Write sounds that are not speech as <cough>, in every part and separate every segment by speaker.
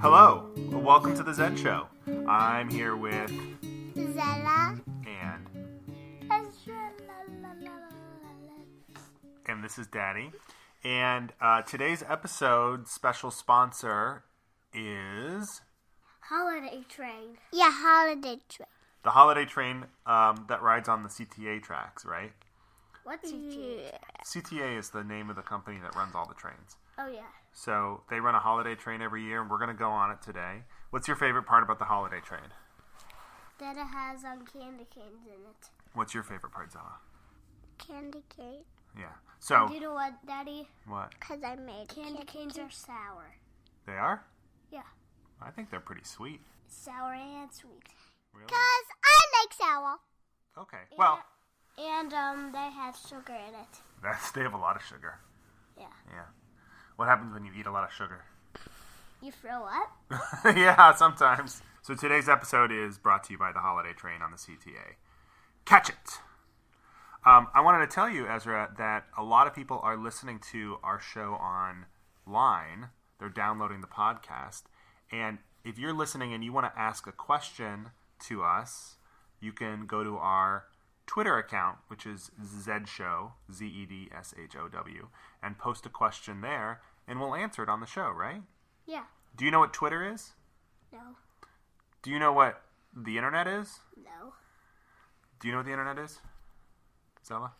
Speaker 1: Hello, welcome to the Zen Show. I'm here with
Speaker 2: Zella.
Speaker 1: and and this is Daddy. And uh, today's episode special sponsor is
Speaker 3: Holiday train.
Speaker 2: Yeah, holiday trip.
Speaker 1: the holiday train um, that rides on the CTA tracks, right?
Speaker 3: What's it?
Speaker 1: CTA is the name of the company that runs all the trains.
Speaker 3: Oh yeah.
Speaker 1: So they run a holiday train every year, and we're going to go on it today. What's your favorite part about the holiday train?
Speaker 3: That it has um candy canes in it.
Speaker 1: What's your favorite part, Zella?
Speaker 2: Candy cane.
Speaker 1: Yeah. So
Speaker 3: Do you know what, Daddy?
Speaker 1: what
Speaker 2: Because I made
Speaker 3: Candy
Speaker 2: candy.
Speaker 3: canes are sour.
Speaker 1: they are?
Speaker 3: Yeah.
Speaker 1: I think they're pretty sweet.
Speaker 3: Sour and sweet.
Speaker 1: Really?
Speaker 2: Because I like sour.
Speaker 1: Okay. Well,
Speaker 3: And um they have sugar in it.
Speaker 1: that's they have a lot of sugar.
Speaker 3: Yeah.
Speaker 1: Yeah. What happens when you eat a lot of sugar?
Speaker 3: You throw up?
Speaker 1: <laughs> yeah, sometimes. So today's episode is brought to you by the Holiday Train on the CTA. Catch it! Um, I wanted to tell you, Ezra, that a lot of people are listening to our show online. They're downloading the podcast. And if you're listening and you want to ask a question to us, you can go to our Twitter account, which is ZedShow, Z E D S H O W, and post a question there, and we'll answer it on the show, right?
Speaker 3: Yeah.
Speaker 1: Do you know what Twitter is?
Speaker 3: No.
Speaker 1: Do you know what the internet is?
Speaker 3: No.
Speaker 1: Do you know what the internet is? Zella?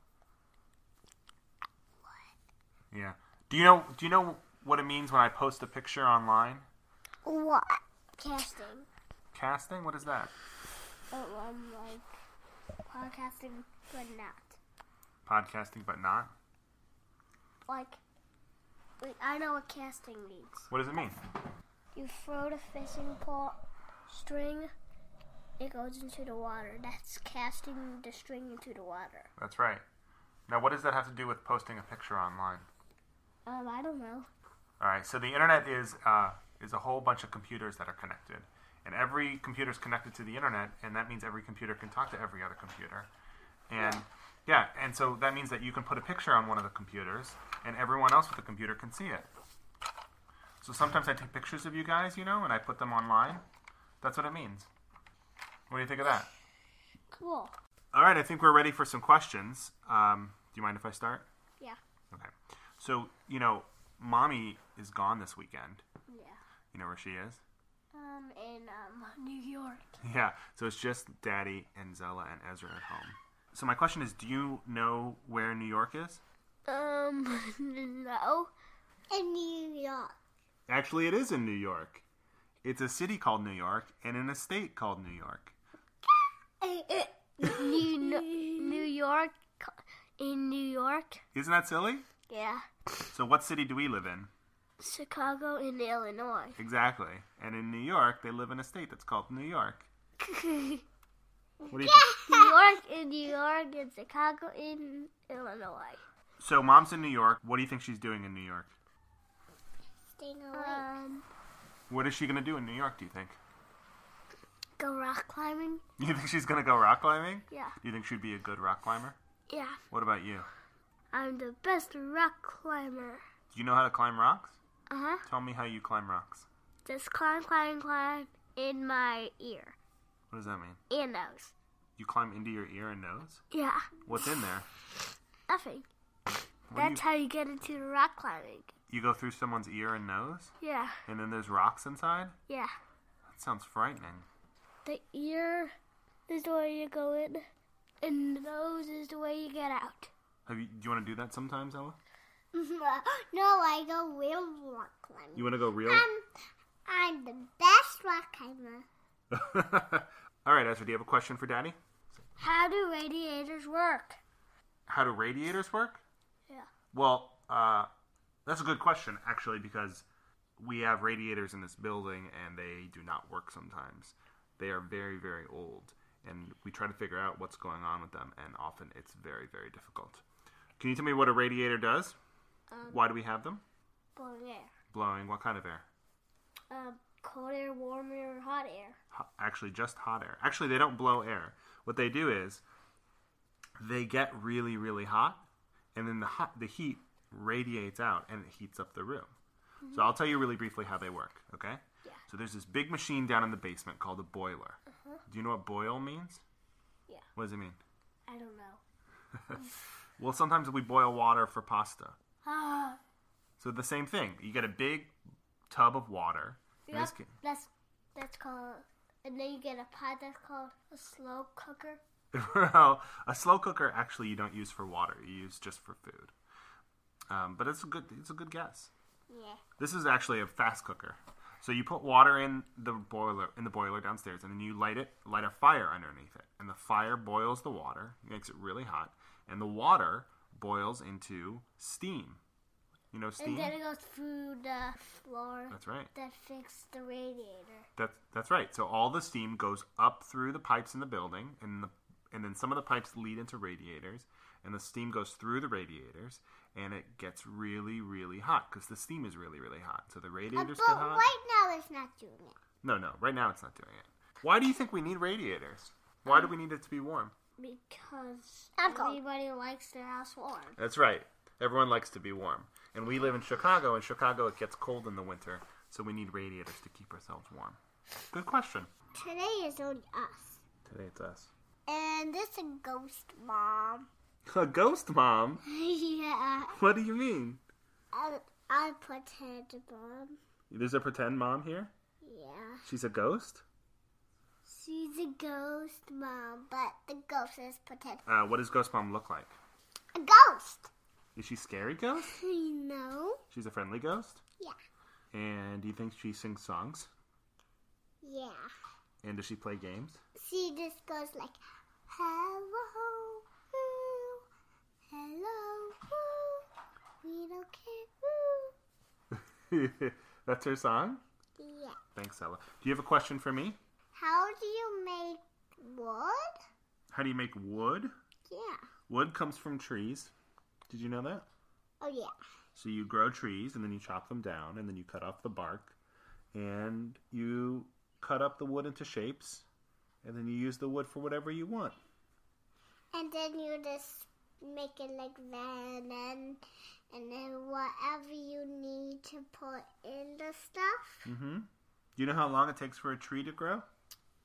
Speaker 1: What? Yeah. Do you know do you know what it means when I post a picture online?
Speaker 2: <laughs> What?
Speaker 3: Casting.
Speaker 1: Casting? What is that?
Speaker 3: Oh um like podcasting but not.
Speaker 1: Podcasting but not?
Speaker 3: Like wait, I know what casting means.
Speaker 1: What does it mean?
Speaker 3: You throw the fishing pole string, it goes into the water. That's casting the string into the water.
Speaker 1: That's right. Now what does that have to do with posting a picture online?
Speaker 3: Um, I don't know.
Speaker 1: All right. So the internet is uh, is a whole bunch of computers that are connected, and every computer is connected to the internet, and that means every computer can talk to every other computer, and yeah, and so that means that you can put a picture on one of the computers, and everyone else with the computer can see it. So sometimes I take pictures of you guys, you know, and I put them online. That's what it means. What do you think of that?
Speaker 3: Cool.
Speaker 1: All right, I think we're ready for some questions. Um, do you mind if I start?
Speaker 3: Yeah.
Speaker 1: Okay. So you know, mommy is gone this weekend.
Speaker 3: Yeah.
Speaker 1: You know where she is? <laughs>
Speaker 3: Um, in um New York.
Speaker 1: Yeah. So it's just Daddy and Zella and Ezra at home. So my question is, do you know where New York is?
Speaker 3: Um, <laughs> no.
Speaker 2: In New York.
Speaker 1: Actually, it is in New York. It's a city called New York and in a state called New York.
Speaker 3: <laughs> New New York. In New York.
Speaker 1: Isn't that silly?
Speaker 3: Yeah.
Speaker 1: So what city do we live in?
Speaker 3: Chicago in <laughs> Illinois.
Speaker 1: Exactly. And in New York, they live in a state that's called New
Speaker 3: <laughs>
Speaker 1: York.
Speaker 3: New
Speaker 1: What do you
Speaker 3: York in New York and Chicago in Illinois.
Speaker 1: So mom's in New York. What do you think she's doing in New York?
Speaker 2: Staying awake.
Speaker 3: Um,
Speaker 1: What is she going to do in New York, do you think? <laughs>
Speaker 3: go rock climbing.
Speaker 1: You think she's going to go rock climbing?
Speaker 3: Yeah.
Speaker 1: Do you think she'd be a good rock climber?
Speaker 3: Yeah.
Speaker 1: What about you?
Speaker 3: I'm the best rock climber.
Speaker 1: Do you know how to climb rocks?
Speaker 3: Uh huh.
Speaker 1: Tell me how you climb rocks.
Speaker 3: Just climb, climb, climb in my ear
Speaker 1: What does that mean?
Speaker 3: and nose.
Speaker 1: You climb into your ear and nose?
Speaker 3: Yeah.
Speaker 1: What's in there?
Speaker 3: Nothing.
Speaker 1: What do
Speaker 3: That's how you get into the rock climbing.
Speaker 1: you, you go through someone's ear and nose,
Speaker 3: Yeah.
Speaker 1: and then there's rocks inside?
Speaker 3: Yeah.
Speaker 1: That sounds frightening.
Speaker 3: The ear is the way you go in, and the nose is the way you get out.
Speaker 1: Have you, do you want to do that sometimes, Ella?
Speaker 2: no, I go real rock climbing.
Speaker 1: You want to go real?
Speaker 2: I'm, I'm the best rock climber.
Speaker 1: <laughs> All right, Ezra, do you have a question for Daddy?
Speaker 3: How do radiators work?
Speaker 1: How do radiators work?
Speaker 3: Yeah.
Speaker 1: Well, uh, that's a good question, actually, because we have radiators in this building and they do not work sometimes. They are very, very old, and we try to figure out what's going on with them, and often it's very, very difficult. Can you tell me what a radiator does? Why do we have them?
Speaker 3: Blowing air.
Speaker 1: Blowing what kind of air?
Speaker 3: Um, cold air, warm air, hot air.
Speaker 1: ho- actually just hot air. Actually, they don't blow air. What they do is they get really, really hot, and then the hot, the heat radiates out and it heats up the room. So I'll tell you really briefly how they work. Okay.
Speaker 3: Yeah.
Speaker 1: So there's this big machine down in the basement called a boiler. Do you know what boil means?
Speaker 3: Uh-huh. Yeah.
Speaker 1: What does it mean?
Speaker 3: I don't know.
Speaker 1: Well, sometimes we boil water for pasta.
Speaker 3: Ah,
Speaker 1: So the same thing. You get a big tub of water. In this
Speaker 3: yep,
Speaker 1: ca-
Speaker 3: that's that's called. And then you get a pot that's called a slow cooker.
Speaker 1: <laughs> well, a slow cooker actually you don't use for water. You use just for food. Um, but it's a good it's a good guess.
Speaker 3: Yeah.
Speaker 1: This is actually a fast cooker. So you put water in the boiler in the boiler downstairs, and then you light it light a fire underneath it, and the fire boils the water, makes it really hot, and the water boils into steam. You know
Speaker 3: And
Speaker 1: steam.
Speaker 3: then it goes through the floor
Speaker 1: That's right.
Speaker 3: that fixed the radiator.
Speaker 1: That's that's right. So all the steam goes up through the pipes in the building, and the and then some of the pipes lead into radiators, and the steam goes through the radiators, and it gets really really hot because the steam is really really hot. So the
Speaker 2: Uh,
Speaker 1: radiators
Speaker 2: but
Speaker 1: get hot.
Speaker 2: right now it's not doing it.
Speaker 1: No, no, right now it's not doing it. Why do you think we need radiators? Why do we need it to be warm?
Speaker 3: Because
Speaker 2: I'm cold.
Speaker 3: everybody likes their house warm.
Speaker 1: That's right. Everyone likes to be warm, and we live in Chicago. In Chicago, it gets cold in the winter, so we need radiators to keep ourselves warm. Good question.
Speaker 2: Today is only us.
Speaker 1: Today it's us. <laughs>
Speaker 2: And this is a ghost mom.
Speaker 1: A ghost mom?
Speaker 2: <laughs> yeah.
Speaker 1: What do you mean?
Speaker 2: I, I pretend to mom.
Speaker 1: There's a pretend mom here.
Speaker 2: Yeah.
Speaker 1: She's a ghost.
Speaker 2: She's a ghost mom, but the ghost is pretend.
Speaker 1: Uh, what does ghost mom look like?
Speaker 2: A ghost!
Speaker 1: Is she scary ghost?
Speaker 2: You know?
Speaker 1: She's a friendly ghost.
Speaker 2: Yeah.
Speaker 1: And do you think she sings songs?
Speaker 2: Yeah.
Speaker 1: And does she play games? <laughs>
Speaker 2: She just goes like, hello, ooh, hello, ooh, we don't care,
Speaker 1: That's her song.
Speaker 2: ooh. Yeah.
Speaker 1: Thanks, Ella. Do you have a question for me?
Speaker 2: How do you make wood?
Speaker 1: How do you make wood?
Speaker 2: Yeah.
Speaker 1: Wood comes from trees. Did you know that?
Speaker 2: Oh, yeah.
Speaker 1: So you grow trees and then you chop them down and then you cut off the bark and you cut up the wood into shapes and then you use the wood for whatever you want.
Speaker 2: And then you just make it like that, and then, and then whatever you need to put in the stuff.
Speaker 1: Mhm. Do you know how long it takes for a tree to grow?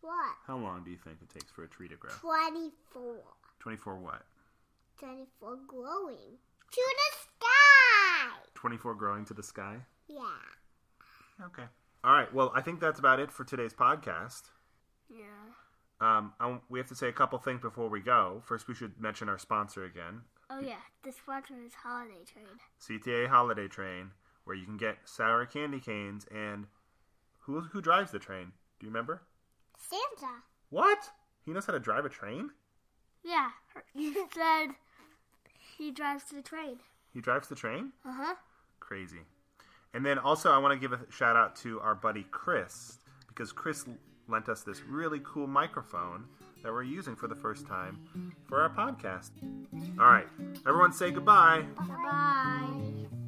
Speaker 2: What?
Speaker 1: How long do you think it takes for a tree to grow?
Speaker 2: 24.
Speaker 1: 24 what?
Speaker 2: 24 glowing. To the sky!
Speaker 1: 24 growing to the sky?
Speaker 2: Yeah.
Speaker 1: Okay. All right. Well, I think that's about it for today's podcast.
Speaker 3: Yeah.
Speaker 1: Um, I, we have to say a couple things before we go. First, we should mention our sponsor again
Speaker 3: Oh yeah, this sponsor is Holiday Train.
Speaker 1: CTA Holiday Train, where you can get sour candy canes and. Who, who drives the train? Do you remember?
Speaker 2: Santa.
Speaker 1: What? He knows how to drive a train?
Speaker 3: Yeah, you said he drives the train.
Speaker 1: He drives the train?
Speaker 3: Uh huh.
Speaker 1: crazy. And then also, I want to give a shout out to our buddy Chris because Chris lent us this really cool microphone that we're using for the first time for our podcast. All right, everyone, say goodbye.
Speaker 3: Bye.